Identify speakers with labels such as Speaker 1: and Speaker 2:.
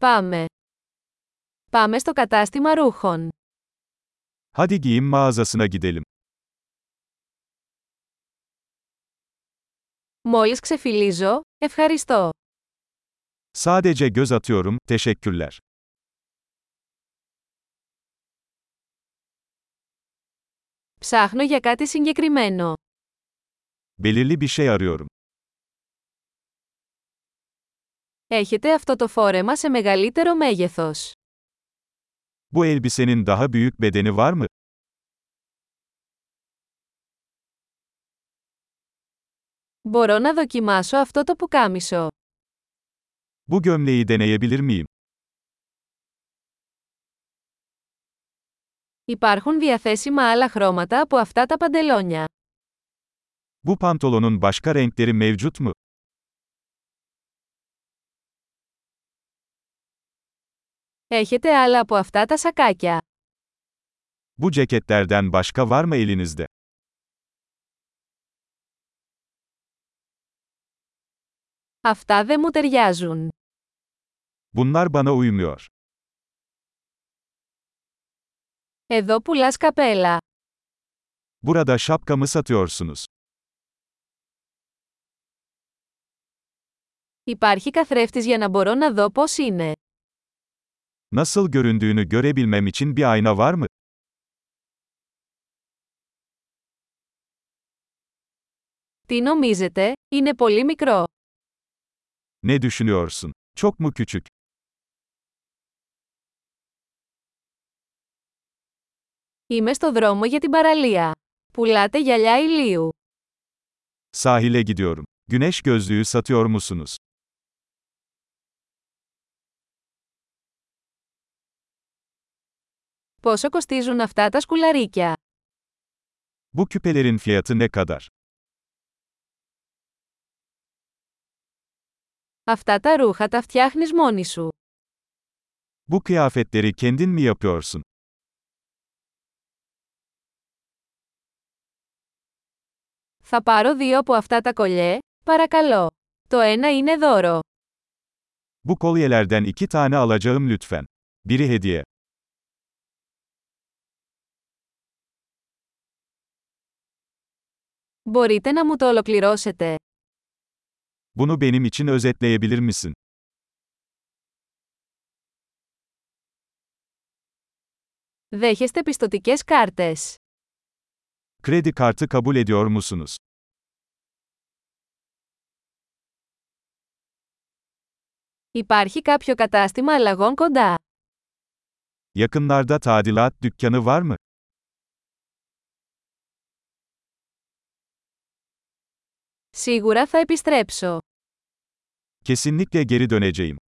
Speaker 1: Πάμε. Πάμε στο κατάστημα ρούχων.
Speaker 2: Hadi giyim mağazasına gidelim.
Speaker 1: Μόλις ξεφυλίζω, ευχαριστώ.
Speaker 2: Sadece göz atıyorum, teşekkürler.
Speaker 1: Ψάχνω για κάτι συγκεκριμένο.
Speaker 2: Belirli bir şey arıyorum.
Speaker 1: Έχετε αυτό το φόρεμα σε μεγαλύτερο μέγεθος.
Speaker 2: Bu elbisenin daha büyük bedeni var mı?
Speaker 1: Μπορώ να δοκιμάσω αυτό το πουκάμισο.
Speaker 2: Bu gömleği deneyebilir miyim?
Speaker 1: Υπάρχουν διαθέσιμα άλλα χρώματα από αυτά τα παντελόνια.
Speaker 2: Bu pantolonun başka renkleri mevcut mu?
Speaker 1: Έχετε άλλα από αυτά τα σακάκια.
Speaker 2: Bu ceketlerden başka var mı elinizde?
Speaker 1: Αυτά δεν μου ταιριάζουν.
Speaker 2: Bunlar bana uymuyor.
Speaker 1: Εδώ πουλάς καπέλα.
Speaker 2: Burada şapkamı satıyorsunuz.
Speaker 1: Υπάρχει καθρέφτης για να μπορώ να δω πώς είναι.
Speaker 2: Nasıl göründüğünü görebilmem için bir ayna var mı?
Speaker 1: Τι νομίζετε, είναι πολύ μικρό.
Speaker 2: Ne düşünüyorsun? Çok mu küçük?
Speaker 1: Είμαι στο δρόμο για την παραλία. Πουλάτε γυαλιά ηλίου.
Speaker 2: Sahile gidiyorum. Güneş gözlüğü satıyor musunuz?
Speaker 1: Πόσο κοστίζουν αυτά τα σκουλαρίκια.
Speaker 2: Bu küpelerin fiyatı ne kadar?
Speaker 1: Αυτά τα ρούχα τα φτιάχνεις μόνη σου.
Speaker 2: Bu kıyafetleri kendin mi yapıyorsun?
Speaker 1: Θα πάρω δύο από αυτά τα κολλιέ, παρακαλώ. Το ένα είναι δώρο.
Speaker 2: Bu kolyelerden iki tane alacağım lütfen. Biri hediye.
Speaker 1: Μπορείτε να μου το ολοκληρώσετε.
Speaker 2: Bunu benim için özetleyebilir misin?
Speaker 1: Δέχεστε πιστοτικές κάρτες.
Speaker 2: Kredi kartı kabul ediyor musunuz?
Speaker 1: Υπάρχει κάποιο κατάστημα αλλαγών κοντά.
Speaker 2: Yakınlarda tadilat dükkanı var mı?
Speaker 1: Σίγουρα θα επιστρέψω.
Speaker 2: Kesinlikle geri döneceğim.